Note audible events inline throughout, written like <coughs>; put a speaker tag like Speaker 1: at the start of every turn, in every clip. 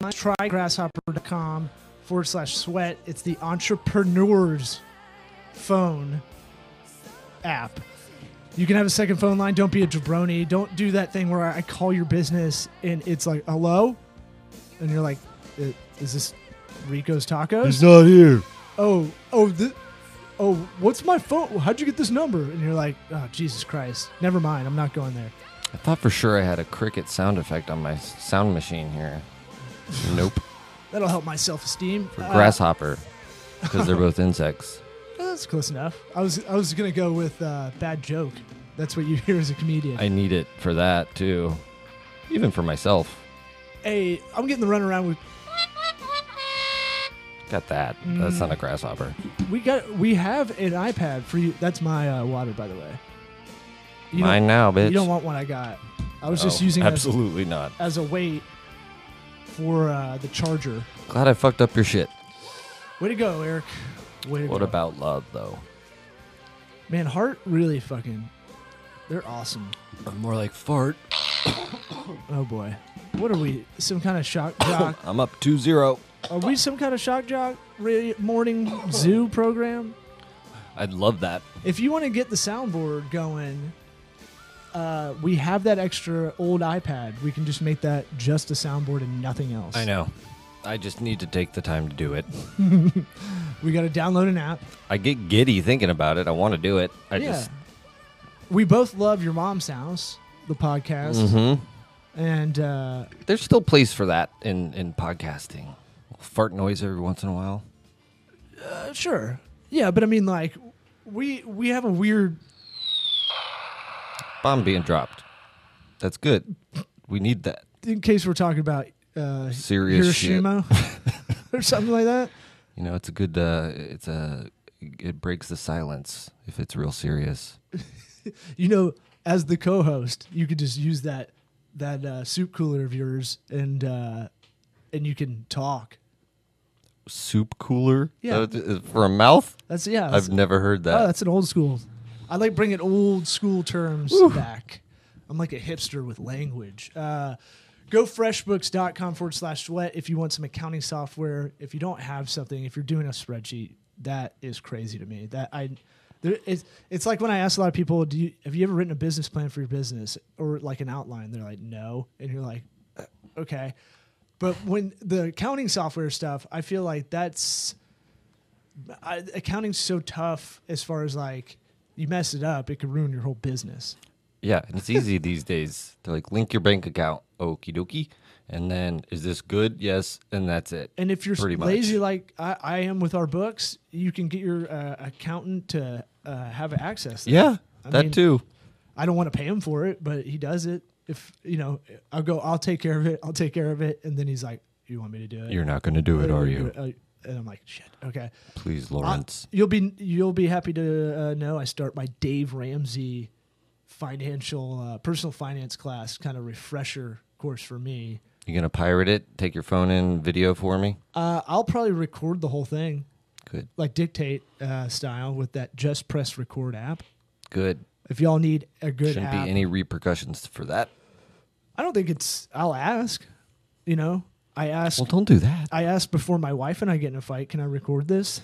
Speaker 1: slash trygrasshopper.com forward slash sweat. It's the entrepreneur's phone app. You can have a second phone line. Don't be a jabroni. Don't do that thing where I call your business and it's like, hello? And you're like, "I- is this Rico's Tacos?
Speaker 2: He's not here.
Speaker 3: Mm-hmm.
Speaker 1: oh, oh, th- oh, what's my phone? How'd you get this number? And you're like, oh, Jesus Christ. Never mind. I'm not going there.
Speaker 3: I thought for sure I had a cricket sound effect on my s- sound machine here. Nope.
Speaker 1: That'll help my self esteem.
Speaker 3: For <laughs> grasshopper, because they're both insects.
Speaker 1: Oh, that's close enough. I was I was gonna go with uh, bad joke. That's what you <laughs> hear as a comedian.
Speaker 3: I need it for that too, even for myself.
Speaker 1: hey, I'm getting the runaround with.
Speaker 3: Got that. That's
Speaker 1: Mm.
Speaker 3: not a grasshopper.
Speaker 1: We got we have an iPad for you. That's my uh, water, by the way. You don't-
Speaker 3: Mine now, bitch. Oh,
Speaker 1: You don't want what I got. I was just
Speaker 3: No,
Speaker 1: using it as,
Speaker 3: Absolutely not.
Speaker 1: as a weight for uh, the charger.
Speaker 3: Glad I fucked up your shit.
Speaker 1: Way to go, Eric. Way to
Speaker 3: What
Speaker 1: go.
Speaker 3: about love though?
Speaker 1: man? Heart really fucking. They're awesome.
Speaker 3: I'm more like fart.
Speaker 1: Oh boy, what are we? Some kind of shock
Speaker 3: <coughs>
Speaker 1: jock?
Speaker 3: I'm up 2-0.
Speaker 1: are we some kind of shock jock ra- morning zoo program?
Speaker 3: I'd love that.
Speaker 1: If you want to get the soundboard going, uh, we have that extra old iPad. We can just make that just a soundboard and nothing else.
Speaker 3: I know. I just need to take the time to do it.
Speaker 1: We got to download an app.
Speaker 3: I get giddy thinking about it. I want to do it. I
Speaker 1: yeah.
Speaker 3: just
Speaker 1: We both love your mom's house, the podcast,
Speaker 3: Mm-hmm.
Speaker 1: and uh,
Speaker 3: there's still place for that in in podcasting. Fart noise every once in a while.
Speaker 1: uh, sure, yeah. But I mean, like, we we have a weird.
Speaker 3: Bomb being dropped. That's good. We need that.
Speaker 1: In case we're talking about uh,
Speaker 3: Serious shit. <laughs>
Speaker 1: Hiroshima or something like that.
Speaker 3: You know, it's a good. Uh, it's a. It breaks the silence if it's real serious.
Speaker 1: you know, as the co-host, you could just use that that uh, soup cooler of yours, and uh, and you can talk.
Speaker 3: Soup cooler.
Speaker 1: Yeah.
Speaker 3: That was- uh, for a mouth.
Speaker 1: That's yeah. That's,
Speaker 3: I've never heard that.
Speaker 1: oh, that's an old school. I like bringing old school terms back. I'm like a hipster with language. Uh, go freshbooks.com forward slash sweat if you want some accounting software. If you don't have something, if you're doing a spreadsheet, that is crazy to me. That I. There, it's, it's like when I ask a lot of people, do you, have you ever written a business plan for your business or like an outline? They're like, no. And you're like, "Uh, okay. But when the accounting software stuff, I feel like that's I, accounting's so tough as far as like you mess it up, it could ruin your whole business.
Speaker 3: Yeah, and it's easy these days. They're like, link your bank account, okie dokie, and then is this good? Yes, and that's it.
Speaker 1: And if you're
Speaker 3: Pretty much.
Speaker 1: lazy like I, I am with our books, you can get your uh, accountant to uh, have access. to that.
Speaker 3: yeah,
Speaker 1: I
Speaker 3: that
Speaker 1: mean-
Speaker 3: too.
Speaker 1: I don't want to pay him for it, but he does it. If you know, I'll go. I'll take care of it. I'll take care of it. And then he's like, "You want me to do it?
Speaker 3: You're not going to do it, are you?
Speaker 1: Uh, And I'm like, "Shit, okay."
Speaker 3: Please,
Speaker 1: I-
Speaker 3: Lawrence.
Speaker 1: you'll be you'll be happy to uh, know I start my Dave Ramsey financial uh, personal finance class kind of refresher course for me.
Speaker 3: you going to pirate it? Take your phone in video for me?
Speaker 1: Uh, I'll probably record the whole thing
Speaker 3: Good,
Speaker 1: like dictate uh, style with that just press record app.
Speaker 3: good.
Speaker 1: If y'all need a good
Speaker 3: Shouldn't
Speaker 1: app,
Speaker 3: be any repercussions for that.
Speaker 1: I don't think it's. I'll ask. You know, I asked.
Speaker 3: Well, don't do that.
Speaker 1: I asked before my wife and I get in a fight. Can I record
Speaker 3: <laughs>
Speaker 1: this?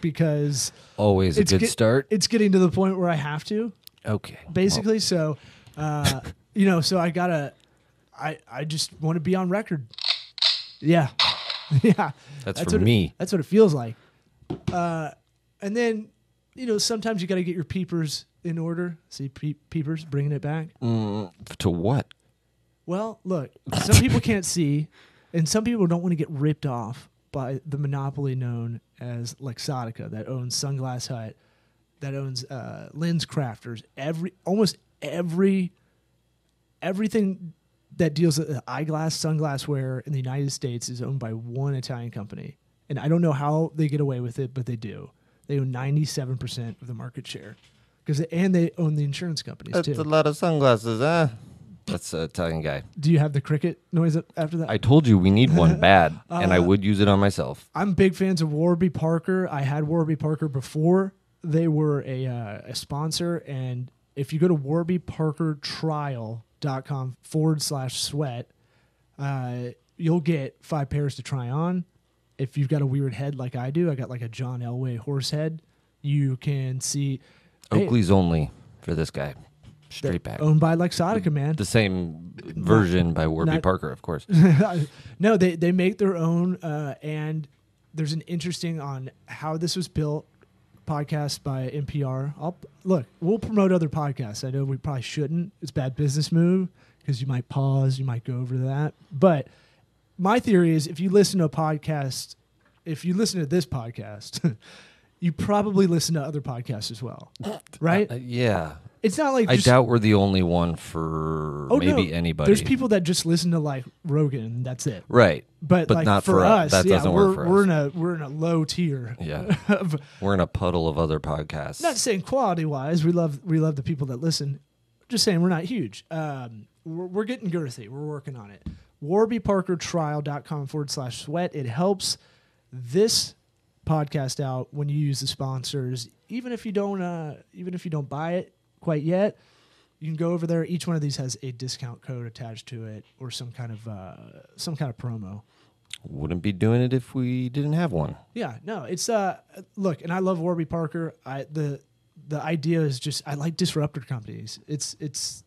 Speaker 1: because
Speaker 3: Always a
Speaker 1: it's
Speaker 3: good
Speaker 1: get-
Speaker 3: start.
Speaker 1: It's getting to the point where I have to.
Speaker 3: okay. well,
Speaker 1: basically. So, uh, you know, so I gotta, I I just want to be on record. Yeah, <laughs> yeah.
Speaker 3: That's for
Speaker 1: what it-
Speaker 3: me.
Speaker 1: that's what it feels like. Uh, and then, you know, sometimes you got to get your peepers in order. See, peep, peepers, bringing it back.
Speaker 3: to what?
Speaker 1: Well, look, some people can't see, and some people don't want to get ripped off by the monopoly known as Lexotica that owns Sunglass Hut, that owns uh, Lens Crafters, every almost every everything that deals with eyeglass sunglassware in the United States is owned by one Italian company, and I don't know how they get away with it, but they do. They own ninety seven percent of the market share, because and they own the insurance companies
Speaker 3: That's a
Speaker 1: too.
Speaker 3: lot of sunglasses, huh? That's an Italian guy.
Speaker 1: Do you have the cricket noise after that?
Speaker 3: I told you we need
Speaker 1: <laughs>
Speaker 3: one bad, and I
Speaker 1: Uh,
Speaker 3: would use it on myself.
Speaker 1: I'm big fans of Warby Parker. I had Warby Parker before they were a, uh, a sponsor. And if you go to warbyparkertrial.com forward slash sweat, uh, you'll get five pairs to try on. If you've got a weird head like I do, I got like a John Elway horse head. You can see hey, Oh.
Speaker 3: Oakley's only for this guy. Straight back.
Speaker 1: owned by Luxottica, man.
Speaker 3: The same version by Warby
Speaker 1: not-
Speaker 3: Parker, of
Speaker 1: <laughs>
Speaker 3: course. Uh,
Speaker 1: no, they they make their own, uh, and there's an interesting on how this was built podcast by NPR. I'll look. We'll promote other podcasts. I know we probably shouldn't. It's a bad business move because you might pause, you might go over that. But my theory is, if you listen to a podcast, if you listen to this podcast. <laughs> You probably listen to other podcasts as
Speaker 3: <coughs>
Speaker 1: well, right?
Speaker 3: Uh, yeah.
Speaker 1: It's not like
Speaker 3: I
Speaker 1: just-
Speaker 3: doubt we're the only one for
Speaker 1: oh,
Speaker 3: maybe
Speaker 1: no,
Speaker 3: anybody.
Speaker 1: There's people that just listen to like Rogan. That's it.
Speaker 3: Right.
Speaker 1: but,
Speaker 3: But
Speaker 1: like
Speaker 3: not
Speaker 1: for,
Speaker 3: for us.
Speaker 1: us,
Speaker 3: That
Speaker 1: yeah,
Speaker 3: doesn't
Speaker 1: we're,
Speaker 3: work for
Speaker 1: we're
Speaker 3: us.
Speaker 1: in a we're in a low tier. <laughs>
Speaker 3: Yeah.
Speaker 1: of,
Speaker 3: We're in a puddle of other podcasts.
Speaker 1: not saying quality wise, we love we love the people that listen. Just saying we're not huge. Um, we're, we're getting girthy. We're working on it. WarbyParkerTrial.com forward slash sweat. It helps this podcast out when you use the sponsors, even if you don't uh, even if you don't buy it quite yet. You can go over there. Each one of these has a discount code attached to it, or some kind of uh, some kind of promo.
Speaker 3: Wouldn't be doing it if we didn't have one.
Speaker 1: Yeah, no, it's uh look, and I love Warby Parker. I the the idea is just I like disruptor companies. It's it's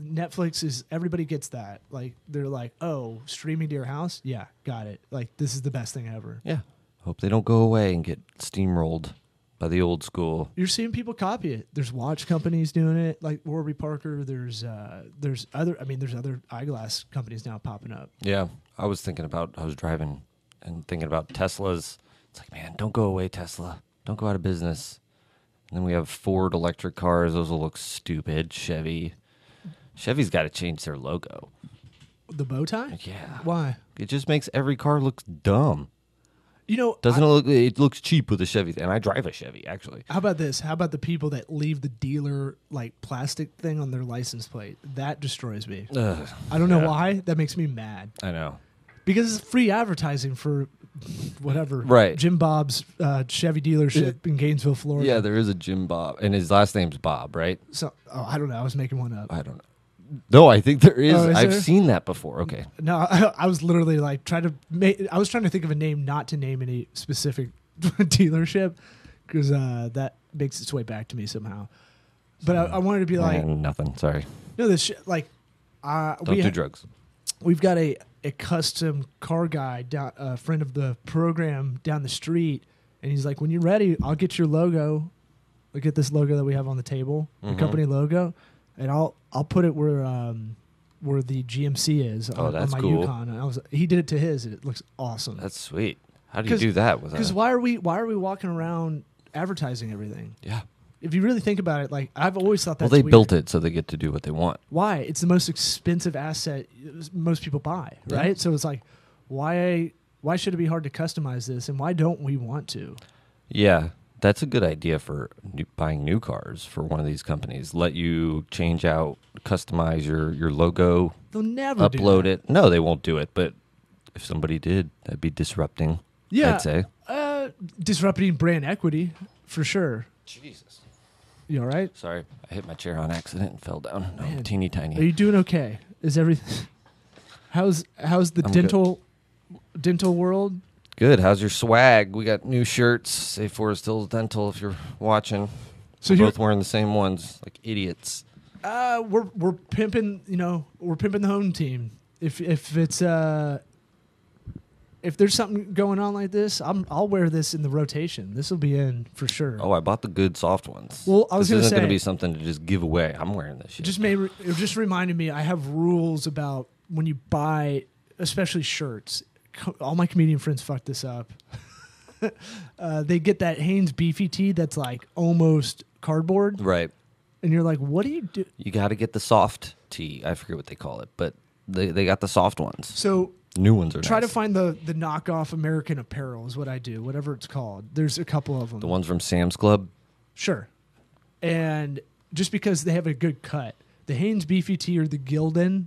Speaker 1: Netflix is everybody gets that. Like they're like, "Oh, streaming to your house? Yeah, got it. Like this is the best thing ever."
Speaker 3: Yeah. Hope they don't go away and get steamrolled by the old school.
Speaker 1: You're seeing people copy it. There's watch companies doing it, like Warby Parker. There's uh there's other I mean, there's other eyeglass companies now popping up.
Speaker 3: Yeah. I was thinking about, I was driving and thinking about Teslas. It's like, man, don't go away, Tesla. Don't go out of business. And then we have Ford electric cars. Those will look stupid. Chevy. Chevy's got to change their logo.
Speaker 1: The bow tie?
Speaker 3: Yeah.
Speaker 1: Why?
Speaker 3: It just makes every car look dumb.
Speaker 1: You know,
Speaker 3: Doesn't it look? It looks cheap with a Chevy, and I drive a Chevy actually.
Speaker 1: How about this? How about the people that leave the dealer like plastic thing on their license plate? That destroys me.
Speaker 3: Ugh,
Speaker 1: I don't know
Speaker 3: yeah.
Speaker 1: why. That makes me mad
Speaker 3: I know.
Speaker 1: because it's free advertising for whatever.
Speaker 3: Right.
Speaker 1: Jim Bob's uh, Chevy dealership in Gainesville, Florida.
Speaker 3: Yeah, there is a Jim Bob, and his last name's Bob, right?
Speaker 1: So oh, I don't know. I was making one up.
Speaker 3: I don't know. No, I think there is.
Speaker 1: Oh, is
Speaker 3: I've
Speaker 1: there?
Speaker 3: seen that before. Okay,
Speaker 1: No, <laughs> I, I was literally like trying to make. I was trying to think of a name not to name any specific <laughs> dealership because uh, that makes its way back to me somehow. But I, I wanted to be like,
Speaker 3: And nothing. Sorry.
Speaker 1: no, this shit, like. Uh,
Speaker 3: Mm-hmm. Don't
Speaker 1: we
Speaker 3: do
Speaker 1: ha-
Speaker 3: drugs.
Speaker 1: we've got a, a custom car guy down a friend of the program down the street and he's like when you're ready i'll get your logo look at this logo that we have on the table the
Speaker 3: Mhm.
Speaker 1: company logo and i'll i'll put it where um where the gmc is on,
Speaker 3: Oh,
Speaker 1: on
Speaker 3: that's
Speaker 1: my
Speaker 3: cool.
Speaker 1: yukon and i was he did it to his and it looks awesome
Speaker 3: That's uh, sweet. How do you
Speaker 1: 'Cause-
Speaker 3: do that with
Speaker 1: because
Speaker 3: a?
Speaker 1: why are we why are we walking around advertising everything
Speaker 3: Yeah.
Speaker 1: if you really think about it like i've always thought
Speaker 3: Well,
Speaker 1: that's
Speaker 3: they
Speaker 1: weird.
Speaker 3: built it so they get to do what they want.
Speaker 1: why it's the most expensive asset most people buy
Speaker 3: Yeah.
Speaker 1: right so it's like why why should it be hard to customize this and why don't we want to
Speaker 3: Yeah, that's a good idea for new, buying new cars for one of these companies. Let you change out, customize your your logo,
Speaker 1: they'll never do
Speaker 3: upload
Speaker 1: that.
Speaker 3: it. No, they won't do it. But if somebody did, that'd be disrupting.
Speaker 1: yeah
Speaker 3: I'd say.
Speaker 1: uh disrupting brand equity for sure
Speaker 3: Jesus.
Speaker 1: you all right
Speaker 3: Sorry, I hit my chair on accident and fell down. No,
Speaker 1: Man.
Speaker 3: I'm teeny tiny.
Speaker 1: are you doing okay is everything <laughs> how's how's the
Speaker 3: I'm good.
Speaker 1: dental dental world
Speaker 3: Good. How's your swag? We got new shirts. Say Forest Hills Dental if you're watching.
Speaker 1: So
Speaker 3: So We're
Speaker 1: you're-
Speaker 3: both wearing the same ones, like idiots.
Speaker 1: uh we're we're pimping you know we're pimping the home team if if it's uh if there's something going on like this, I'm, I'll wear this in the rotation. This will be in for sure.
Speaker 3: Oh, I bought the good soft ones.
Speaker 1: Well, I was
Speaker 3: this
Speaker 1: gonna
Speaker 3: isn't
Speaker 1: say-
Speaker 3: gonna be something to just give away. I'm wearing this
Speaker 1: It
Speaker 3: shit.
Speaker 1: just made it just reminded me. I have rules about when you buy, especially shirts. Co- All my comedian friends fuck this up. <laughs> uh, they get that Hanes beefy tee that's like almost cardboard,
Speaker 3: right.
Speaker 1: and you're like, "What do you do?"
Speaker 3: You got to get the soft tee. I forget what they call it, but they they got the soft ones.
Speaker 1: So
Speaker 3: New ones are
Speaker 1: try to
Speaker 3: nice.
Speaker 1: find the the knockoff American Apparel is what I do, whatever it's called. There's a couple of them.
Speaker 3: the ones from Sam's Club.
Speaker 1: Sure. And just because they have a good cut, the Haynes Beefy Tea or the Gildan,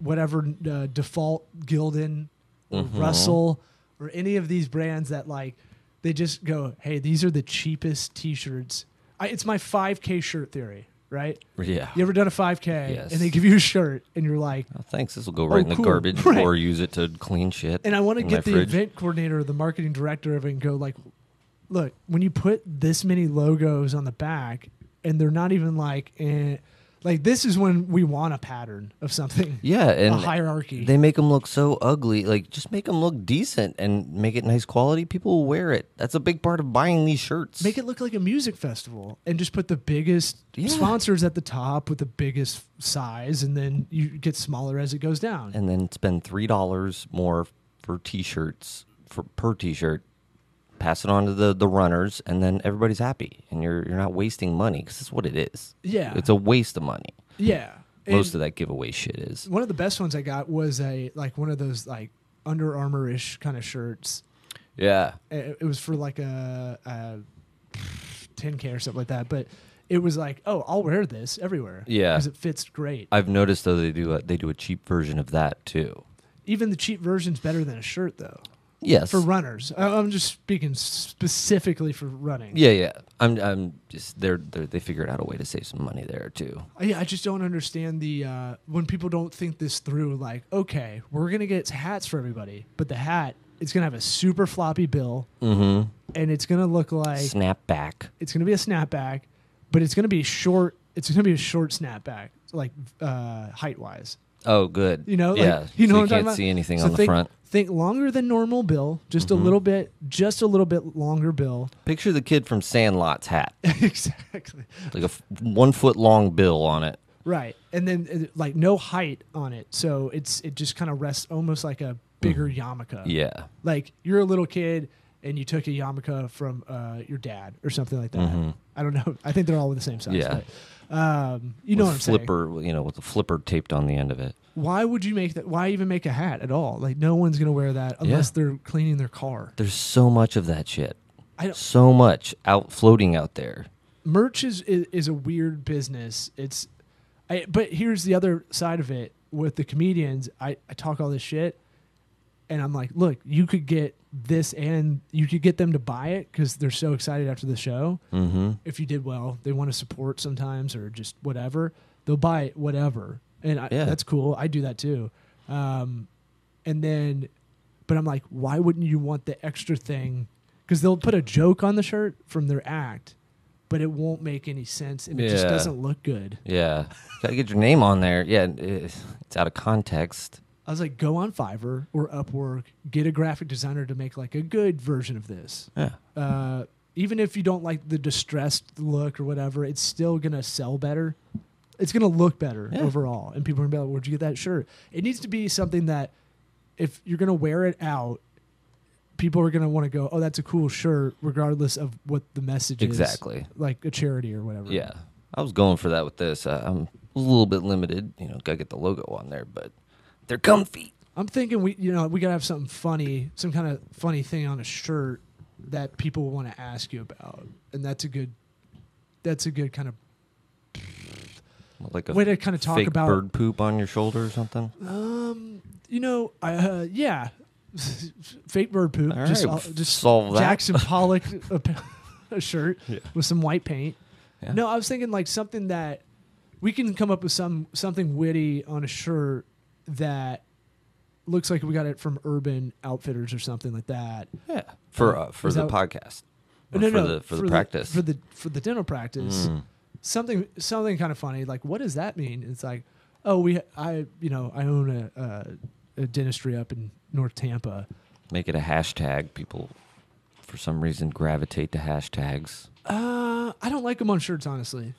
Speaker 1: whatever uh, default Gildan, or
Speaker 3: Mm-hmm.
Speaker 1: Russell, or any of these brands that like, they just go, hey, these are the cheapest t shirts. It's my 5K shirt theory. right?
Speaker 3: Yeah.
Speaker 1: You ever done a 5K
Speaker 3: Yes.
Speaker 1: and they give you a shirt and you're like,
Speaker 3: Oh, thanks. This will go right in the
Speaker 1: cool.
Speaker 3: garbage
Speaker 1: <laughs> Right.
Speaker 3: or use it to clean shit.
Speaker 1: and I want to
Speaker 3: in
Speaker 1: get
Speaker 3: my
Speaker 1: the
Speaker 3: fridge.
Speaker 1: event coordinator or the marketing director of it and go like, look, when you put this many logos on the back and they're not even like, eh, like this is when we want a pattern of something. <laughs>
Speaker 3: Yeah, and
Speaker 1: hierarchy.
Speaker 3: They make them look so ugly. Like, just make them look decent and make it nice quality. People will wear it. That's a big part of buying these shirts.
Speaker 1: Make it look like a music festival and just put the biggest
Speaker 3: Yeah.
Speaker 1: sponsors at the top with the biggest size and then you get smaller as it goes down.
Speaker 3: and then spend three dollars more for t-shirts for per t-shirt. Pass it on to the the runners, and then everybody's happy, and you're you're not wasting money because that's what it is.
Speaker 1: Yeah.
Speaker 3: it's a waste of money.
Speaker 1: yeah. And-
Speaker 3: Most of that giveaway shit is.
Speaker 1: one of the best ones I got was a like one of those like Under Armour ish kind of shirts.
Speaker 3: Yeah,
Speaker 1: It, it was for like a, a 10k or something like that, but it was like, oh, I'll wear this everywhere.
Speaker 3: Yeah.
Speaker 1: because it fits great.
Speaker 3: I've noticed though they do a, they do a cheap version of that too.
Speaker 1: Even the cheap version's better than a shirt though
Speaker 3: Yes,
Speaker 1: for runners. I, I'm just speaking specifically for running.
Speaker 3: Yeah, yeah. I'm, I'm just they're, they're they figured out a way to save some money there too.
Speaker 1: I, I just don't understand the uh, when people don't think this through. Like, okay, we're gonna get hats for everybody, but the hat it's gonna have a super floppy bill,
Speaker 3: Mm-hmm.
Speaker 1: and it's gonna look like
Speaker 3: Snap back.
Speaker 1: it's going to be a snapback, but it's going to be short. It's going to be a short snapback, like uh, height wise.
Speaker 3: Oh, good.
Speaker 1: You know,
Speaker 3: yeah.
Speaker 1: like, you know what I'm
Speaker 3: so you can't
Speaker 1: talking about?
Speaker 3: see anything
Speaker 1: So
Speaker 3: on the
Speaker 1: think,
Speaker 3: front. Mm-hmm.
Speaker 1: Think longer than normal, Bill. Just a little bit, just a little bit longer,
Speaker 3: <laughs>
Speaker 1: Bill.
Speaker 3: Picture the kid from
Speaker 1: <laughs>
Speaker 3: Sandlot's hat,
Speaker 1: exactly.
Speaker 3: like a f- one foot long bill on it.
Speaker 1: Right, and then uh, like no height on it, so it's it just kind of rests almost like a bigger yarmulke.
Speaker 3: Mm-hmm. Yeah,
Speaker 1: Like you're a little kid. And you took a yarmulke from uh, your dad or something like that. I don't know. I think they're all the same size.
Speaker 3: Mm-hmm. Yeah.
Speaker 1: but, um, you know
Speaker 3: with
Speaker 1: what I'm saying?
Speaker 3: flipper, you know, with a flipper taped on the end of it.
Speaker 1: why would you make that why even make a hat at all like no one's gonna wear that unless they're cleaning their car
Speaker 3: There's so much of that shit.
Speaker 1: I don't-
Speaker 3: so much out floating out there.
Speaker 1: merch is is, is a weird business it's I, but here's the other side of it with the comedians I, I talk all this shit and i'm like look you could get this and you could get them to buy it because they're so excited after the show
Speaker 3: Mm-hmm.
Speaker 1: if you did well they want to support sometimes or just whatever they'll buy it whatever and I,
Speaker 3: Yeah.
Speaker 1: that's cool i do that too um, and then but i'm like why wouldn't you want the extra thing because they'll put a joke on the shirt from their act but it won't make any sense and it just
Speaker 3: Yeah.
Speaker 1: doesn't look good
Speaker 3: Yeah, gotta get your name on there. Yeah, it- it's out of context.
Speaker 1: i was like go on fiverr or upwork get a graphic designer to make like a good version of this
Speaker 3: Yeah.
Speaker 1: uh, even if you don't like the distressed look or whatever, it's still gonna sell better. It's gonna look better
Speaker 3: Yeah.
Speaker 1: overall, and people are gonna be like, "Where'd you get that shirt?" It needs to be something that, if you're gonna wear it out, people are gonna want to go, "Oh, that's a cool shirt," regardless of what the message is.
Speaker 3: Exactly.
Speaker 1: like a charity or whatever.
Speaker 3: Yeah, I was going for that with this. Uh, I'm a little bit limited, you know. Gotta get the logo on there, but they're comfy.
Speaker 1: I'm thinking we, you know, we gotta have something funny, some kind of funny thing on a shirt that people want to ask you about, and that's a good, that's a good kind of
Speaker 3: Like a
Speaker 1: Way to kinda talk
Speaker 3: fake
Speaker 1: about-
Speaker 3: bird poop on your shoulder or something.
Speaker 1: Um, you know, I uh, yeah, <laughs> fake bird poop.
Speaker 3: All
Speaker 1: just
Speaker 3: right,
Speaker 1: I'll- just
Speaker 3: solve that.
Speaker 1: Jackson
Speaker 3: <laughs>
Speaker 1: Pollock a, p- a shirt with some white paint.
Speaker 3: Yeah.
Speaker 1: No, I was thinking like something that we can come up with some something witty on a shirt that looks like we got it from Urban Outfitters or something like that.
Speaker 3: Yeah, for uh, for
Speaker 1: Is
Speaker 3: the
Speaker 1: that-
Speaker 3: podcast. Or
Speaker 1: no,
Speaker 3: for
Speaker 1: no,
Speaker 3: the for, the practice. Mm.
Speaker 1: for the for the dental practice. Something something kind of funny. Like, what does that mean? It's like, oh, we I you know I own a, a, a dentistry up in North Tampa.
Speaker 3: Make it a hashtag. People, for some reason, gravitate to hashtags.
Speaker 1: Uh, I don't like them on shirts honestly,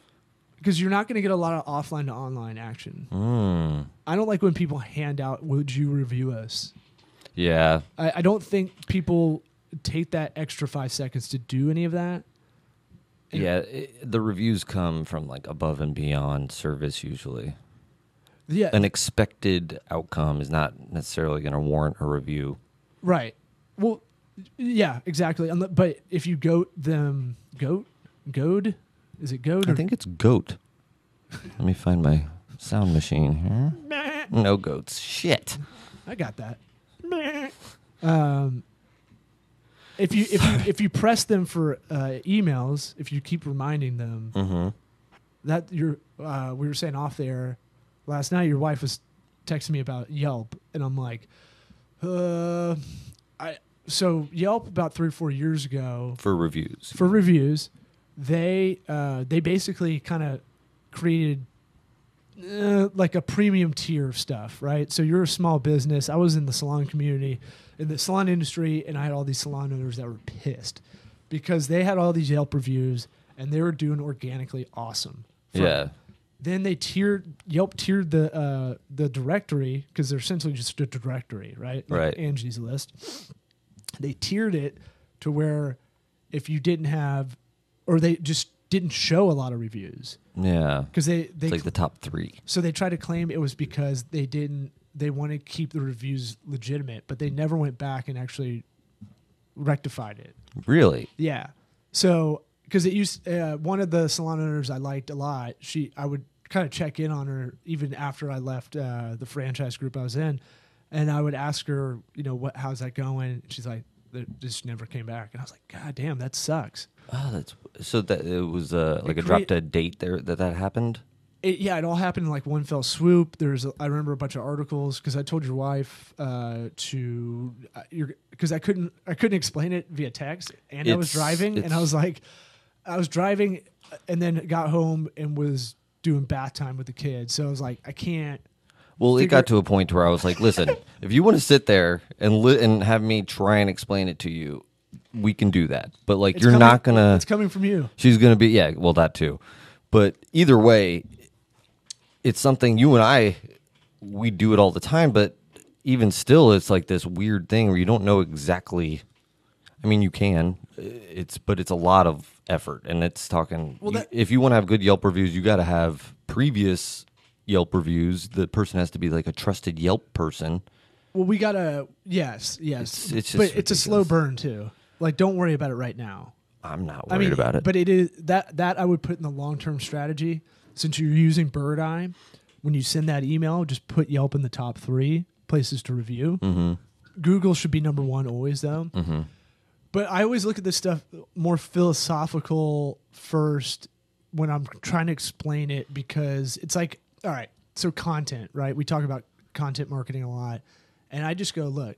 Speaker 1: because you're not going to get a lot of offline to online action.
Speaker 3: Mm.
Speaker 1: I don't like when people hand out "Would you review us?"
Speaker 3: Yeah,
Speaker 1: I, I don't think people take that extra five seconds to do any of that. And-
Speaker 3: yeah. It, the reviews come from like above and beyond service usually.
Speaker 1: Yeah,
Speaker 3: An expected outcome is not necessarily going to warrant a review.
Speaker 1: Right. Well, yeah, exactly. Unle- But if you goat them, goat, goad, is it goad?
Speaker 3: I
Speaker 1: Or
Speaker 3: think it's goat. Let me find my sound machine here.
Speaker 1: Meh.
Speaker 3: No goats. Shit.
Speaker 1: I got that. Meh. um, if you if you if you press them for uh, emails, if you keep reminding them,
Speaker 3: Mm-hmm.
Speaker 1: that your uh, we were saying off there last night. Your wife was texting me about Yelp, and I'm like, uh, I so Yelp about three or four years ago
Speaker 3: for reviews.
Speaker 1: for reviews, they uh, they basically kind of created uh, like a premium tier of stuff, right? So you're a small business. I was in the salon community, in the salon industry, and I had all these salon owners that were pissed because they had all these Yelp reviews and they were doing organically awesome. for
Speaker 3: yeah,
Speaker 1: then they tiered Yelp tiered the uh, the directory because they're essentially just a directory, right? Like
Speaker 3: Right.
Speaker 1: Angie's List. They tiered it to where if you didn't have, or they just didn't show a lot of reviews
Speaker 3: yeah.
Speaker 1: because they they
Speaker 3: It's like the top three.
Speaker 1: so they tried to claim it was because they didn't they wanted to keep the reviews legitimate, but they never went back and actually rectified it.
Speaker 3: Really?
Speaker 1: Yeah. So because it used uh, one of the salon owners I liked a lot. She I would kind of check in on her even after I left uh, the franchise group I was in, and I would ask her, you know, what how's that going? And she's like, "That just never came back. And I was like, God damn, that sucks.
Speaker 3: Oh, that's so that it was uh, like
Speaker 1: It
Speaker 3: a drop
Speaker 1: create-
Speaker 3: dead date there that that happened.
Speaker 1: It, yeah, it all happened in like one fell swoop. There's, a, I remember a bunch of articles because I told your wife uh, to, uh, your because I couldn't, I couldn't explain it via text, and I was
Speaker 3: It's-
Speaker 1: driving, and I
Speaker 3: it's-
Speaker 1: was like, I was driving, and then got home and was doing bath time with the kids, so I was like, I can't.
Speaker 3: Well, it got
Speaker 1: figure-
Speaker 3: to a point where I was like, "Listen, if you want to sit there and li- and have me try and explain it to you, we can do that. But like,
Speaker 1: it's
Speaker 3: you're
Speaker 1: coming-
Speaker 3: not gonna.
Speaker 1: It's coming from you.
Speaker 3: She's gonna be yeah. Well, that too. But either way, it's something you and I we do it all the time. But even still, it's like this weird thing where you don't know exactly. I mean, you can. uh, It's but it's a lot of effort, and it's talking.
Speaker 1: Well,
Speaker 3: you-
Speaker 1: that-
Speaker 3: if you want to have good Yelp reviews, you got to have previous Yelp reviews. The person has to be like a trusted Yelp person.
Speaker 1: Well, we gotta, yes, yes,
Speaker 3: It's- it's
Speaker 1: but
Speaker 3: just
Speaker 1: it's a slow burn too. Like, don't worry about it right now.
Speaker 3: I'm not worried
Speaker 1: I mean,
Speaker 3: about it.
Speaker 1: But it is that that I would put in the long term strategy. Since you're using Bird Eye, when you send that email, just put Yelp in the top three places to review.
Speaker 3: Mm-hmm.
Speaker 1: Google should be number one always, though. But I always look at this stuff more philosophical first when I'm trying to explain it because it's like, all right, so content, right? We talk about content marketing a lot. And I just go, look,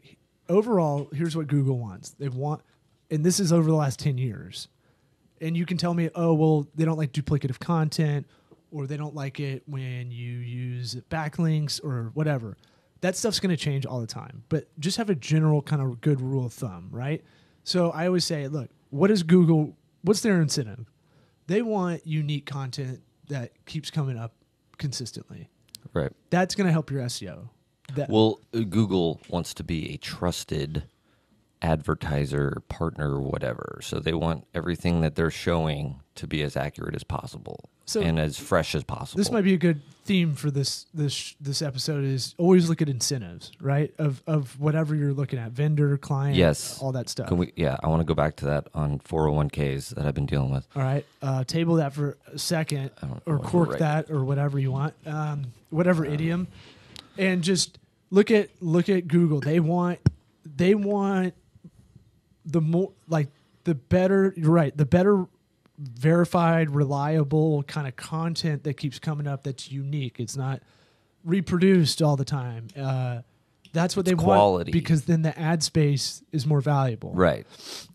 Speaker 1: overall, here's what Google wants. They want, and this is over the last 10 years and you can tell me, oh, well, they don't like duplicative content or they don't like it when you use backlinks or whatever. That stuff's going to change all the time, but just have a general kind of good rule of thumb, right? So I always say, look, what is Google? What's their incentive? They want unique content that keeps coming up consistently.
Speaker 3: right.
Speaker 1: That's going to help your SEO. That,
Speaker 3: Well, uh, Google wants to be a trusted advertiser, partner, whatever. So they want everything that they're showing to be as accurate as possible
Speaker 1: So-
Speaker 3: and as fresh as possible.
Speaker 1: This might be a good theme for this this this episode is always look at incentives, right? Of of whatever you're looking at, vendor, client,
Speaker 3: Yes.
Speaker 1: all that stuff.
Speaker 3: Can we? Yeah, I want to go back to that on 401ks that I've been dealing with.
Speaker 1: all right, uh, table that for a second,
Speaker 3: don't
Speaker 1: or
Speaker 3: know what to
Speaker 1: cork
Speaker 3: write. Uh,
Speaker 1: that, or whatever you want, um, whatever idiom, and just look at look at Google. They want they want the more like the better. You're right. The better verified, reliable kind of content that keeps coming up that's unique. It's not reproduced all the time. Uh, that's what they
Speaker 3: quality.
Speaker 1: want because then the ad space is more valuable,
Speaker 3: Right.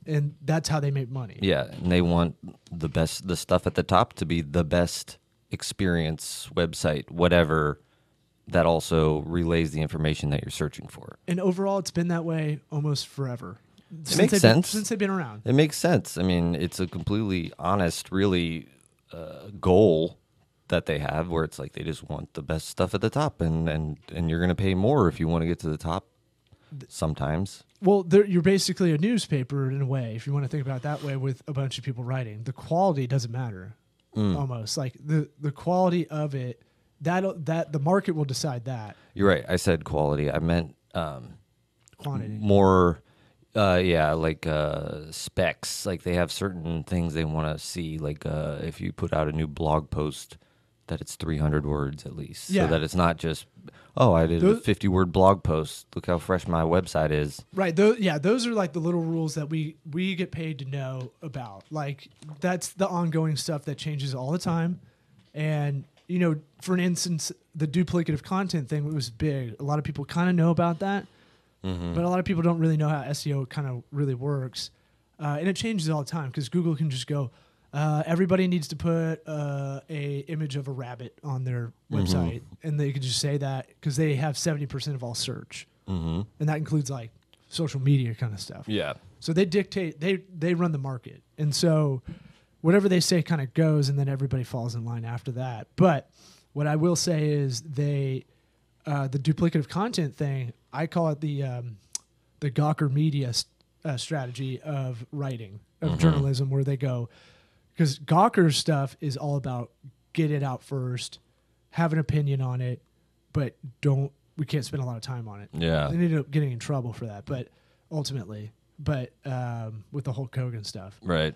Speaker 1: and that's how they make money.
Speaker 3: Yeah, and they want the best, the stuff at the top to be the best experience, website, whatever. That also relays the information that you're searching for.
Speaker 1: and overall, it's been that way almost forever. Since
Speaker 3: makes
Speaker 1: they've been-
Speaker 3: sense.
Speaker 1: since they've been around.
Speaker 3: It makes sense. I mean, it's a completely honest, really uh, goal that they have, where it's like they just want the best stuff at the top, and and and you're gonna pay more if you want to get to the top. Sometimes,
Speaker 1: Well, they're- you're basically a newspaper in a way, if you want to think about it that way, with a bunch of people writing. The quality doesn't matter,
Speaker 3: Mm.
Speaker 1: almost like the the quality of it. That that the market will decide that
Speaker 3: you're right. I said quality. I meant um,
Speaker 1: quantity.
Speaker 3: more. Uh, yeah, like uh, specs. Like they have certain things they want to see. Like uh, if you put out a new blog post, that it's 300 words at least,
Speaker 1: Yeah.
Speaker 3: so that it's not just, oh, I did a
Speaker 1: Those-
Speaker 3: 50 word blog post. Look how fresh my website is.
Speaker 1: Right. Those, yeah, those are like the little rules that we we get paid to know about. Like that's the ongoing stuff that changes all the time. And you know, for an instance, the duplicative content thing was big. A lot of people kind of know about that, but a lot of people don't really know how SEO kind of really works. Uh, and it changes all the time because Google can just go, uh, everybody needs to put uh, a image of a rabbit on their website, and they can just say that because they have seventy percent of all search, mm-hmm. and that includes like social media kind of stuff.
Speaker 3: Yeah.
Speaker 1: So they dictate they they run the market, and so whatever they say kind of goes, and then everybody falls in line after that. But what I will say is they uh, the duplicative content thing. I call it the um, the Gawker media s uh, strategy of writing of journalism, where they go because Gawker's stuff is all about get it out first, have an opinion on it, but don't we can't spend a lot of time on it
Speaker 3: Yeah.
Speaker 1: they ended up getting in trouble for that, but ultimately, but um, with the Hulk Hogan stuff.
Speaker 3: Right.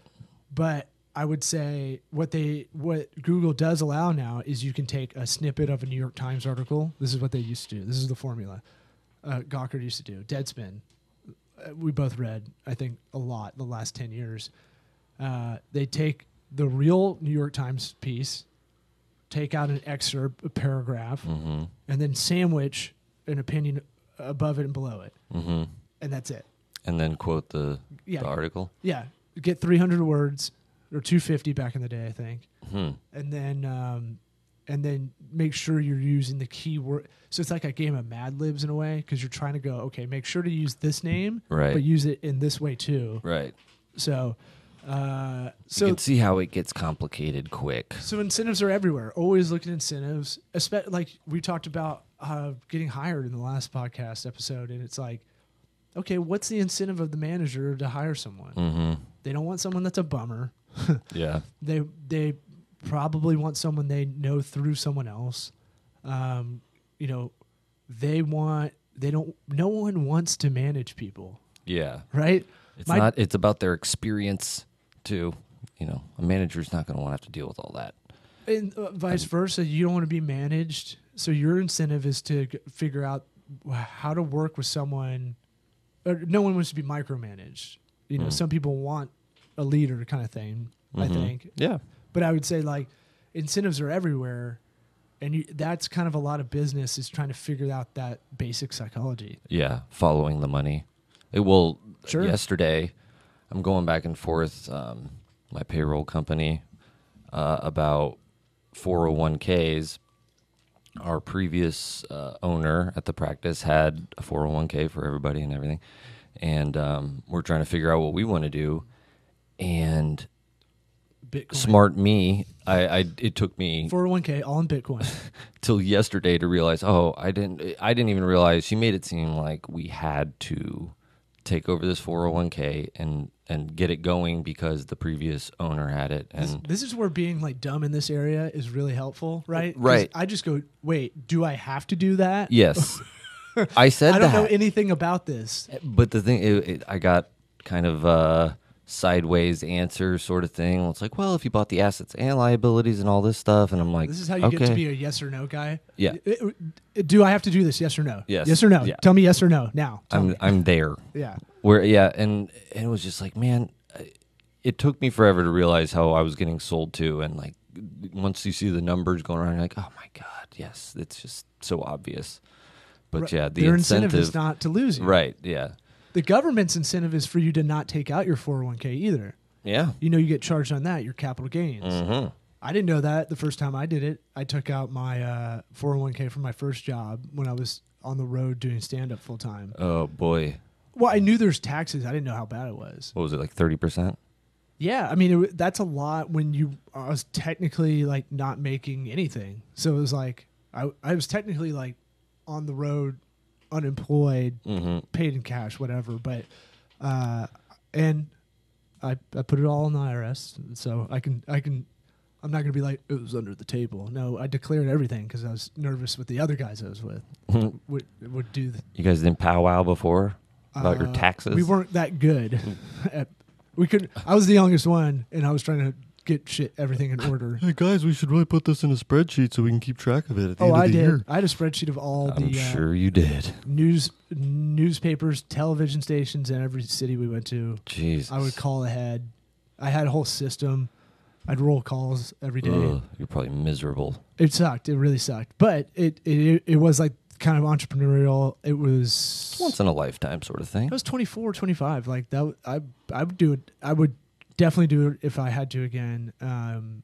Speaker 1: But I would say what they what Google does allow now is you can take a snippet of a New York Times article. This is what they used to do. This is the formula. Uh, Gawker used to do Deadspin. Uh, we both read, I think, a lot the last ten years. Uh, they take the real New York Times piece, take out an excerpt, a paragraph,
Speaker 3: Mm-hmm.
Speaker 1: and then sandwich an opinion above it and below it,
Speaker 3: hmm
Speaker 1: and that's it.
Speaker 3: And then quote the,
Speaker 1: Yeah.
Speaker 3: the article.
Speaker 1: Yeah, get 300 words or 250 back in the day, I think,
Speaker 3: Hmm.
Speaker 1: and then um, and then make sure you're using the keyword. So it's like a game of Mad Libs in a way because you're trying to go, okay, make sure to use this name,
Speaker 3: Right.
Speaker 1: but use it in this way too.
Speaker 3: Right.
Speaker 1: So, uh,
Speaker 3: you
Speaker 1: so
Speaker 3: can see how it gets complicated quick.
Speaker 1: so incentives are everywhere. Always look at incentives. Espe- like we talked about uh, getting hired in the last podcast episode, and it's like, okay, what's the incentive of the manager to hire someone?
Speaker 3: Mm-hmm.
Speaker 1: They don't want someone that's a bummer.
Speaker 3: Yeah.
Speaker 1: they they probably want someone they know through someone else. Um, you know, they want they don't. No one wants to manage people,
Speaker 3: Yeah.
Speaker 1: right?
Speaker 3: It's
Speaker 1: My-
Speaker 3: not. It's about their experience too. You know, a manager's not going to want to have to deal with all that.
Speaker 1: And uh, vice versa, you don't want to be managed. So your incentive is to g- figure out wh- how to work with someone. Or no one wants to be micromanaged. You know, some people want a leader kind of thing. I think
Speaker 3: Yeah.
Speaker 1: but I would say like incentives are everywhere, and you, that's kind of a lot of business is trying to figure out that basic psychology.
Speaker 3: Yeah. Following the money. It will.
Speaker 1: Sure.
Speaker 3: Yesterday, I'm going back and forth um, my payroll company uh, about 401ks. Our previous uh, owner at the practice had a 401k for everybody and everything, and um, we're trying to figure out what we want to do. And
Speaker 1: Bitcoin,
Speaker 3: smart me, I, I it took me
Speaker 1: 401k, all in
Speaker 3: <laughs>
Speaker 1: Bitcoin.
Speaker 3: till yesterday to realize. Oh, I didn't I didn't even realize. She made it seem like we had to take over this 401k and and get it going because the previous owner had it
Speaker 1: this,
Speaker 3: and
Speaker 1: this is where being like dumb in this area is really helpful, right? 'Cause
Speaker 3: Right.
Speaker 1: I just go, wait, do I have to do that?
Speaker 3: yes.
Speaker 1: <laughs>
Speaker 3: I said
Speaker 1: I don't
Speaker 3: that.
Speaker 1: know anything about this.
Speaker 3: but the thing it, it, I got kind of a sideways answer sort of thing. It's like, well, if you bought the assets and liabilities and all this stuff and I'm like,
Speaker 1: This is how you
Speaker 3: okay.
Speaker 1: get to be a yes or no guy.
Speaker 3: Yeah.
Speaker 1: It- it- do I have to do this? Yes or no?
Speaker 3: Yes.
Speaker 1: Yes or no?
Speaker 3: Yeah.
Speaker 1: Tell me yes or no now. Tell
Speaker 3: I'm
Speaker 1: me.
Speaker 3: I'm there.
Speaker 1: Yeah.
Speaker 3: Where yeah, and, and it was just like, man, I- it took me forever to realize how I was getting sold to, and like once you see the numbers going around, you're like, oh my god, yes, it's just so obvious. But yeah, the
Speaker 1: Their
Speaker 3: incentive,
Speaker 1: incentive is not to lose you.
Speaker 3: right? Yeah,
Speaker 1: The government's incentive is for you to not take out your 401k either.
Speaker 3: yeah,
Speaker 1: you know you get charged on that your capital gains
Speaker 3: hmm
Speaker 1: i didn't know that the first time i did it i took out my uh, 401k from my first job when i was on the road doing stand-up full-time
Speaker 3: Oh boy,
Speaker 1: well i knew there's taxes i didn't know how bad it was
Speaker 3: what was it like thirty percent?
Speaker 1: yeah i mean it, w- that's a lot when you i was technically like not making anything so it was like i, I was technically like on the road unemployed
Speaker 3: Mm-hmm. <laughs>
Speaker 1: paid in cash whatever but uh, and I, I put it all in the IRS, so I can I can I'm not gonna be like it was under the table. No, I declared everything because I was nervous with the other guys I was with. would would do the,
Speaker 3: You guys didn't powwow before about your
Speaker 1: uh,
Speaker 3: taxes?
Speaker 1: We weren't that good. <laughs> at, we could. I was the youngest one, and I was trying to get shit everything in order.
Speaker 2: Hey guys, we should really put this in a spreadsheet so we can keep track of it at the
Speaker 1: oh,
Speaker 2: end of
Speaker 1: I
Speaker 2: the
Speaker 1: did.
Speaker 2: year.
Speaker 1: I had a spreadsheet of all
Speaker 3: I'm
Speaker 1: the uh,
Speaker 3: sure you did.
Speaker 1: news newspapers, television stations, and every city we went to.
Speaker 3: Jesus,
Speaker 1: I would call ahead. I had a whole system. I'd roll calls every day.
Speaker 3: Ugh, you're probably miserable.
Speaker 1: It sucked. It really sucked. But it it, it was like kind of entrepreneurial. It was
Speaker 3: It's once in a lifetime sort of thing.
Speaker 1: I was 24, 25. Like that, w- I I would do it. I would definitely do it if I had to again. Um,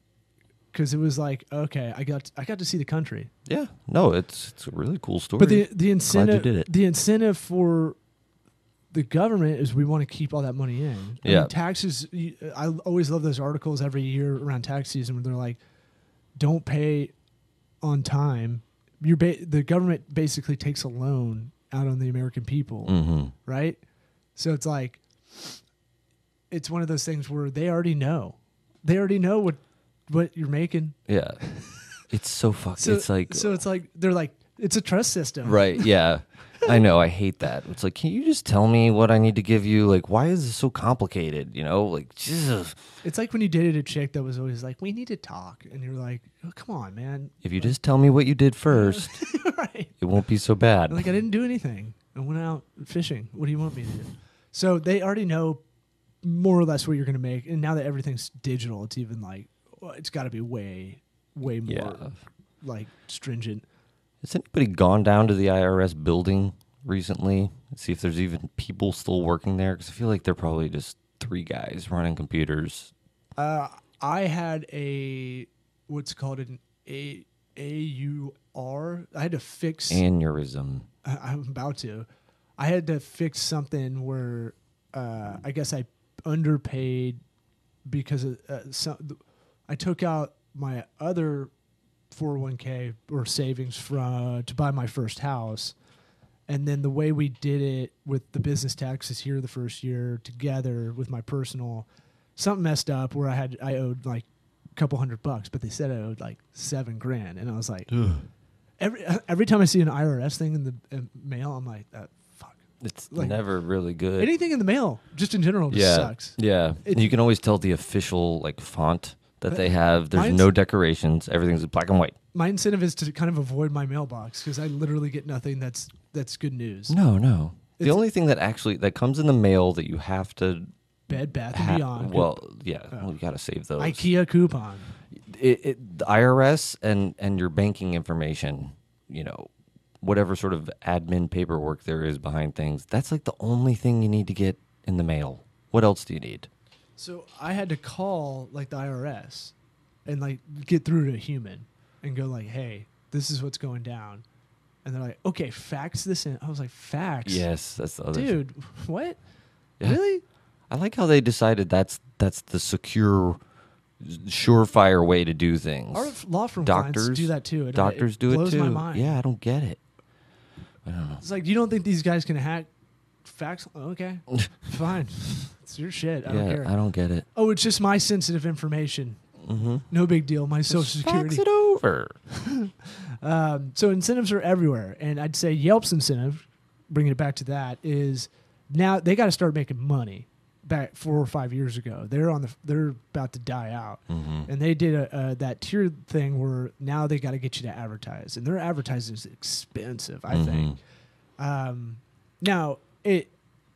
Speaker 1: because it was like okay, I got I got to see the country,
Speaker 3: Yeah. No, it's it's a really cool story.
Speaker 1: but the the incentive
Speaker 3: did it.
Speaker 1: the incentive for the government is we want to keep all that money in. I mean,
Speaker 3: Yeah.
Speaker 1: taxes. you- I always love those articles every year around tax season where they're like, don't pay on time. You're ba- the government basically takes a loan out on the American people
Speaker 3: mm-hmm.
Speaker 1: right? So it's like it's one of those things where they already know. They already know what what you're making. <laughs>
Speaker 3: Yeah. It's so fucked.
Speaker 1: So
Speaker 3: it's like
Speaker 1: so it's like they're like it's a trust system.
Speaker 3: Right. Yeah. I know. I hate that. It's like, can you just tell me what I need to give you? Like, why is this so complicated? You know, like, Jesus.
Speaker 1: It's like when you dated a chick that was always like, "We need to talk," and you're like, oh, "Come on, man."
Speaker 3: If you just tell me what you
Speaker 1: <laughs>
Speaker 3: did first,
Speaker 1: right.
Speaker 3: it won't be so bad.
Speaker 1: Like I didn't do anything. I went out fishing. What do you want me to do? So they already know more or less what you're going to make. And now that everything's digital, it's even like well, it's got to be way way more
Speaker 3: Yeah.
Speaker 1: like stringent.
Speaker 3: Has anybody gone down to the IRS building recently? See if there's even people still working there? Because I feel like they're probably just three guys running computers.
Speaker 1: Uh, I had a what's called an a a u r. I had to fix.
Speaker 3: Aneurysm.
Speaker 1: I- I'm about to. I had to fix something where uh, I guess I underpaid because of, uh, some, I took out my other 401k or savings from to buy my first house. And then the way we did it with the business taxes here the first year together with my personal, something messed up where I had I owed like a couple hundred bucks, but they said I owed like seven grand, and I was like, every uh, every time I see an IRS thing in the uh, mail, I'm like, uh, fuck.
Speaker 3: It's
Speaker 1: Like-
Speaker 3: never really good.
Speaker 1: Anything in the mail, just in general, just
Speaker 3: yeah.
Speaker 1: sucks.
Speaker 3: Yeah.
Speaker 1: It-
Speaker 3: you can always tell the official like font that they have. There's
Speaker 1: Mine's-
Speaker 3: no decorations. Everything's black and white.
Speaker 1: My incentive is to kind of avoid my mailbox because I literally get nothing that's that's good news.
Speaker 3: No, no. the
Speaker 1: It's-
Speaker 3: only thing that actually that comes in the mail that you have to
Speaker 1: Bed Bath
Speaker 3: ha-
Speaker 1: and Beyond,
Speaker 3: well, yeah, we got to save those.
Speaker 1: IKEA coupon.
Speaker 3: It, it, the IRS and and your banking information, you know, whatever sort of admin paperwork there is behind things. That's like the only thing you need to get in the mail. What else do you need?
Speaker 1: So I had to call like the IRS and like get through to a human and go like, hey, this is what's going down, and they're like, okay, fax this in. I was like, fax,
Speaker 3: Yes, that's the other thing.
Speaker 1: dude, what?
Speaker 3: Yeah.
Speaker 1: Really?
Speaker 3: I like how they decided that's that's the secure, surefire way to do things.
Speaker 1: Our law firm
Speaker 3: doctors
Speaker 1: clients do that too. It-
Speaker 3: Doctors do
Speaker 1: blows
Speaker 3: it too.
Speaker 1: My mind.
Speaker 3: Yeah, I don't get it.
Speaker 1: It's like you don't think these guys can hack fax?
Speaker 3: <laughs>
Speaker 1: Okay, fine. It's your shit. I
Speaker 3: yeah,
Speaker 1: don't care.
Speaker 3: I don't get it.
Speaker 1: oh, it's just my sensitive information.
Speaker 3: Mm-hmm.
Speaker 1: No big deal. My social security.
Speaker 3: it over.
Speaker 1: Um, so incentives are everywhere, and I'd say Yelp's incentive, bringing it back to that, is now they got to start making money. Back four or five years ago, they're on the they're about to die out, and they did a, uh, that tier thing where now they got to get you to advertise, and their advertising is expensive. I
Speaker 3: Mm-hmm.
Speaker 1: think. Um, now it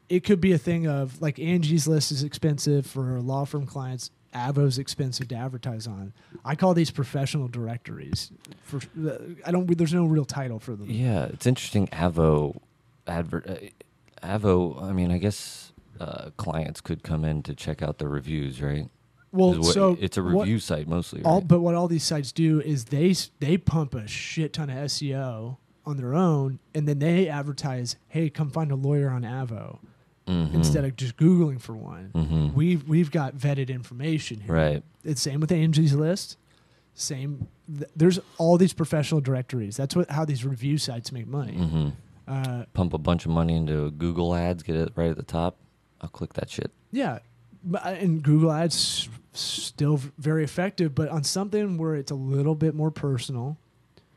Speaker 1: it could be a thing of like Angie's List is expensive for law firm clients. Avo's expensive to advertise on. I call these professional directories. For I don't. There's no real title for them.
Speaker 3: Yeah, it's interesting. Avo, advert. Uh, Avo. I mean, I guess uh, clients could come in to check out the reviews, right?
Speaker 1: Well,
Speaker 3: Is what-
Speaker 1: so
Speaker 3: it's a
Speaker 1: what-
Speaker 3: review site mostly.
Speaker 1: all,
Speaker 3: right?
Speaker 1: but what all these sites do is they s- they pump a shit ton of SEO on their own, and then they advertise, "Hey, come find a lawyer on Avo,"
Speaker 3: Mm-hmm.
Speaker 1: instead of just googling for one. We've we've got vetted information here.
Speaker 3: right.
Speaker 1: It's same with Angie's List. Same. Th- there's all these professional directories. That's what how these review sites make money.
Speaker 3: Mm. Mm-hmm.
Speaker 1: Uh,
Speaker 3: Pump a bunch of money into Google ads, get it right at the top. I'll click that shit.
Speaker 1: yeah, But- uh, and Google Ads s- still v- very effective, but on something where it's a little bit more personal.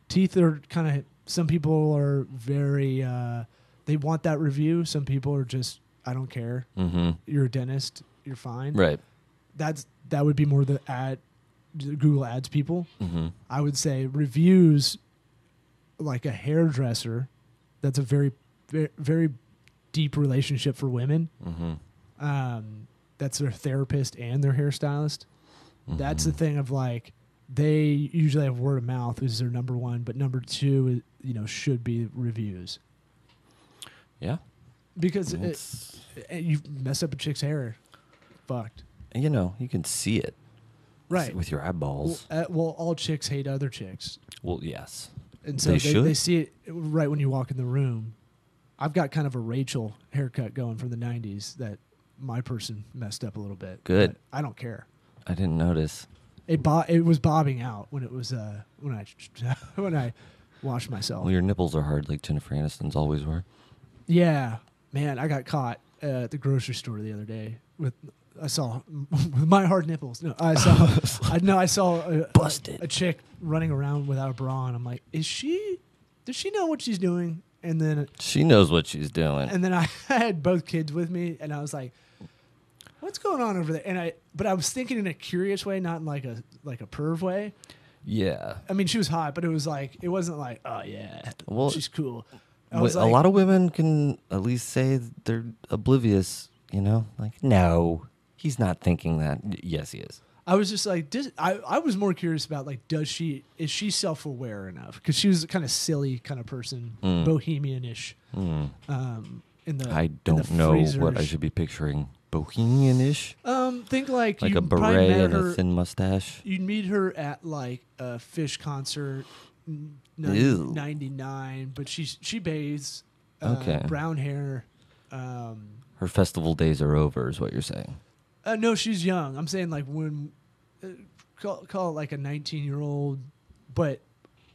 Speaker 1: Teeth are kind of. Some people are very. Uh, they want that review. Some people are just. I don't care.
Speaker 3: Mm-hmm.
Speaker 1: You're a dentist. You're fine.
Speaker 3: Right.
Speaker 1: That's that would be more the ad, the Google Ads people.
Speaker 3: Mm-hmm.
Speaker 1: I would say reviews like a hairdresser. That's a very, very, very deep relationship for women.
Speaker 3: Mm-hmm.
Speaker 1: Um, that's their therapist and their hairstylist. That's the thing of like they usually have word of mouth is their number one, but number two, i- you know, should be reviews
Speaker 3: Yeah.
Speaker 1: because it,
Speaker 3: It's,
Speaker 1: it- you mess up a chick's hair, fucked.
Speaker 3: you know, you can see it
Speaker 1: Right.
Speaker 3: with your
Speaker 1: Well,
Speaker 3: eyeballs.
Speaker 1: uh, well, all chicks hate other chicks,
Speaker 3: Well, yes.
Speaker 1: and so
Speaker 3: They
Speaker 1: they, they,
Speaker 3: should.
Speaker 1: see it right when you walk in the room. I've got kind of a Rachel haircut going from the '90s that my person messed up a little bit.
Speaker 3: Good.
Speaker 1: but I don't care.
Speaker 3: I didn't notice.
Speaker 1: It bo- it was bobbing out when it was uh when I <laughs> when I washed myself.
Speaker 3: Well, your nipples are hard like Jennifer Aniston's always were.
Speaker 1: Yeah, man, I got caught uh, at the grocery store the other day with I saw <laughs> with my hard nipples. No, I saw
Speaker 3: <laughs>
Speaker 1: I know I saw a,
Speaker 3: Busted.
Speaker 1: a, chick running around without a bra, and I'm like, is she? Does she know what she's doing? And then
Speaker 3: She knows what she's doing.
Speaker 1: and then I <laughs> had both kids with me, and I was like, what's going on over there? And I but I was thinking in a curious way, not in like a like a perv way.
Speaker 3: yeah.
Speaker 1: I mean, she was hot, but it was like it wasn't like oh yeah,
Speaker 3: Well,
Speaker 1: she's cool. I
Speaker 3: Wh-
Speaker 1: was
Speaker 3: a
Speaker 1: like-
Speaker 3: lot of women can at least say they're oblivious, you know? Like, no, he's not thinking that. Y- Yes, he is.
Speaker 1: I was just like, does, I, I was more curious about like, does she is she self aware enough? Because she was a kind of silly kind of person, bohemian-ish.
Speaker 3: Hmm.
Speaker 1: Um, in the
Speaker 3: Mm. I
Speaker 1: in the
Speaker 3: don't know what I
Speaker 1: freezers.
Speaker 3: should be picturing. Bohemian ish?
Speaker 1: Um, think like
Speaker 3: Like
Speaker 1: you
Speaker 3: a
Speaker 1: probably
Speaker 3: beret
Speaker 1: met
Speaker 3: and
Speaker 1: her-
Speaker 3: a thin mustache?
Speaker 1: You'd meet her at like a fish concert, n-
Speaker 3: Ew.
Speaker 1: ninety nine. But she she bathes. Uh,
Speaker 3: Okay.
Speaker 1: Brown hair. Um,
Speaker 3: Her festival days are over, is what you're saying.
Speaker 1: uh, no, she's young. I'm saying like when uh, call, call it like a 19 year old, but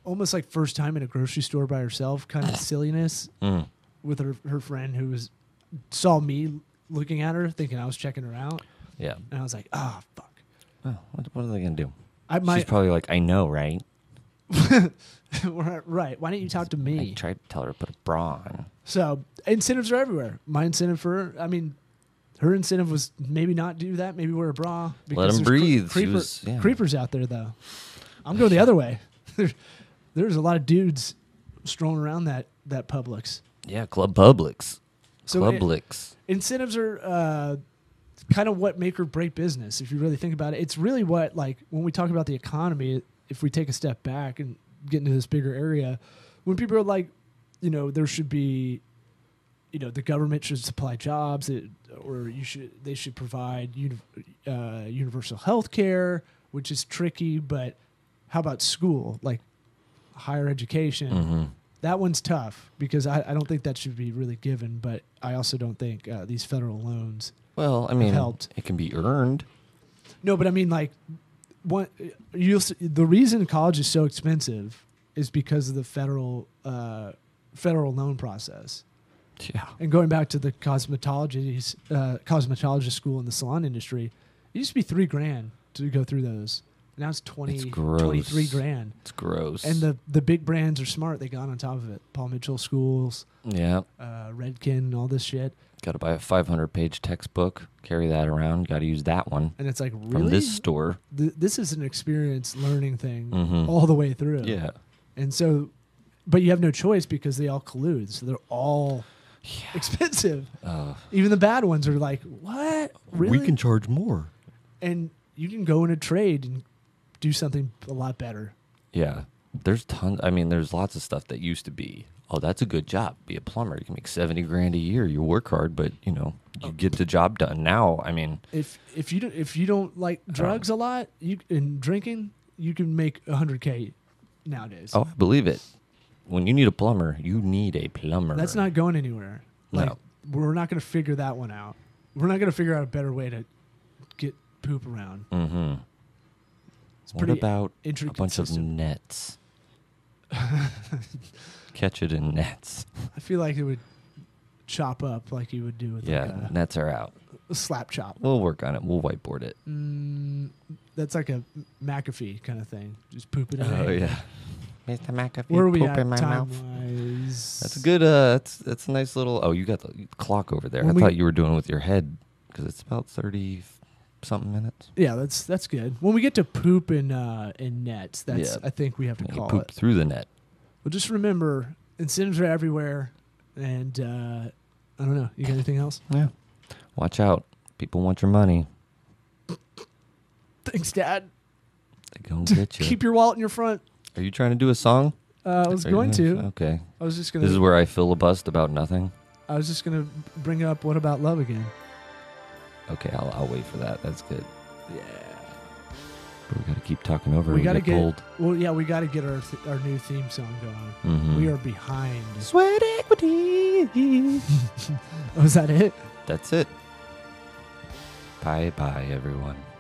Speaker 1: almost like first time in a grocery store by herself, kind
Speaker 3: <sighs>
Speaker 1: of silliness
Speaker 3: Mm.
Speaker 1: with her her friend who was saw me looking at her, thinking I was checking her out,
Speaker 3: Yeah.
Speaker 1: and I was like, ah, fuck.
Speaker 3: Well, what, what are they going to do?
Speaker 1: I
Speaker 3: She's
Speaker 1: might
Speaker 3: probably like, I know, right?
Speaker 1: <laughs> right. Why don't you talk to me?
Speaker 3: I tried to tell her to put a bra on.
Speaker 1: So incentives are everywhere. My incentive for her, I mean, her incentive was maybe not do that, maybe wear a bra. because
Speaker 3: 'em
Speaker 1: there's
Speaker 3: breathe. She
Speaker 1: creeper-
Speaker 3: was- yeah.
Speaker 1: Creepers out there though. I'm going the other way. <laughs> There, there's a lot of dudes strolling around that that Publix.
Speaker 3: Yeah, Club Publix.
Speaker 1: So
Speaker 3: Club
Speaker 1: it-
Speaker 3: Blix.
Speaker 1: incentives are uh, kind of what make or break business. If you really think about it, it's really what like when we talk about the economy. If we take a step back and get into this bigger area, when people are like, you know, there should be, you know, the government should supply jobs, it, or you should they should provide uni- uh, universal health care, which is tricky. But how about school, like higher education?
Speaker 3: Mm. Mm-hmm.
Speaker 1: That one's tough because I, I don't think that should be really given, but I also don't think uh, these federal loans.
Speaker 3: Well, I mean,
Speaker 1: helped.
Speaker 3: it can be earned.
Speaker 1: No, but I mean like, one you the reason college is so expensive is because of the federal uh, federal loan process.
Speaker 3: Yeah.
Speaker 1: And going back to the cosmetologies uh, cosmetologist school in the salon industry, it used to be three grand to go through those. Now it's 20,
Speaker 3: It's gross.
Speaker 1: 23 grand.
Speaker 3: It's gross.
Speaker 1: And the, the big brands are smart. They got on top of it. Paul Mitchell schools,
Speaker 3: yeah.
Speaker 1: uh, Redken, and all this shit.
Speaker 3: Got to buy a 500 page textbook, carry that around. Got to use that one
Speaker 1: And it's like
Speaker 3: from
Speaker 1: really,
Speaker 3: this store.
Speaker 1: Th- this is an experience learning thing
Speaker 3: Mhm.
Speaker 1: all the way through.
Speaker 3: Yeah.
Speaker 1: and so, but you have no choice because they all collude. So they're all expensive.
Speaker 3: Uh,
Speaker 1: Even the bad ones are like, what? Really?
Speaker 2: We can charge more.
Speaker 1: and you can go in a trade and do something a lot better.
Speaker 3: yeah. There's tons. I mean, there's lots of stuff that used to be. Oh, that's a good job. Be a plumber. You can make 70 grand a year. You work hard, but you know,
Speaker 1: Oh.
Speaker 3: you get the job done. Now, I mean,
Speaker 1: If if you do, if you don't like
Speaker 3: Uh-huh.
Speaker 1: drugs a lot, you and drinking, you can make hundred k nowadays.
Speaker 3: oh, I believe it. When you need a plumber, you need a plumber.
Speaker 1: That's not going anywhere.
Speaker 3: No.
Speaker 1: Like we're not going to figure that one out. We're not going to figure out a better way to get poop around.
Speaker 3: Mm-hmm.
Speaker 1: It's
Speaker 3: What
Speaker 1: pretty
Speaker 3: about a
Speaker 1: intricate
Speaker 3: bunch of
Speaker 1: system. <laughs>
Speaker 3: nets? Catch it in nets.
Speaker 1: I feel like it would chop up like you would do with
Speaker 3: Yeah,
Speaker 1: like a,
Speaker 3: nets are out.
Speaker 1: a slap chop.
Speaker 3: We'll work on it. We'll whiteboard it.
Speaker 1: Mm, that's like a McAfee kind of thing. Just poop it in.
Speaker 3: Oh yeah, Mr. McAfee,
Speaker 1: Where are we
Speaker 3: poop
Speaker 1: at
Speaker 3: in my
Speaker 1: time
Speaker 3: mouth.
Speaker 1: wise?
Speaker 3: That's a good. Uh, that's that's a nice little. Oh, you got the clock over there.
Speaker 1: When
Speaker 3: I
Speaker 1: we-
Speaker 3: thought you were doing with your head because it's about thirty f- something minutes.
Speaker 1: Yeah, that's that's good. When we get to poop in uh, in nets, that's
Speaker 3: Yeah.
Speaker 1: I think we have to
Speaker 3: And you
Speaker 1: call
Speaker 3: poop
Speaker 1: it.
Speaker 3: through the net.
Speaker 1: Well, just remember, incentives are everywhere, and uh, I don't know. You got anything else?
Speaker 3: Yeah. Watch out. People want your money.
Speaker 1: Thanks, Dad. <laughs>
Speaker 3: They gonna get you.
Speaker 1: Keep your wallet in your front.
Speaker 3: Are you trying to do a song?
Speaker 1: Uh, I was
Speaker 3: Are you
Speaker 1: going
Speaker 3: gonna-
Speaker 1: to.
Speaker 3: Okay.
Speaker 1: I was just
Speaker 3: This is
Speaker 1: gonna.
Speaker 3: where I filibust about nothing.
Speaker 1: I was just gonna bring up what about love again.
Speaker 3: Okay, I'll, I'll wait for that. That's good.
Speaker 1: Yeah.
Speaker 3: But we gotta keep talking over.
Speaker 1: We
Speaker 3: We
Speaker 1: gotta
Speaker 3: get,
Speaker 1: get-
Speaker 3: cold.
Speaker 1: Well, yeah, we got to get our th- our new theme song going.
Speaker 3: Mhm.
Speaker 1: We are behind.
Speaker 3: sweat equity.
Speaker 1: Oh, is that it?
Speaker 3: That's it. Bye bye, everyone.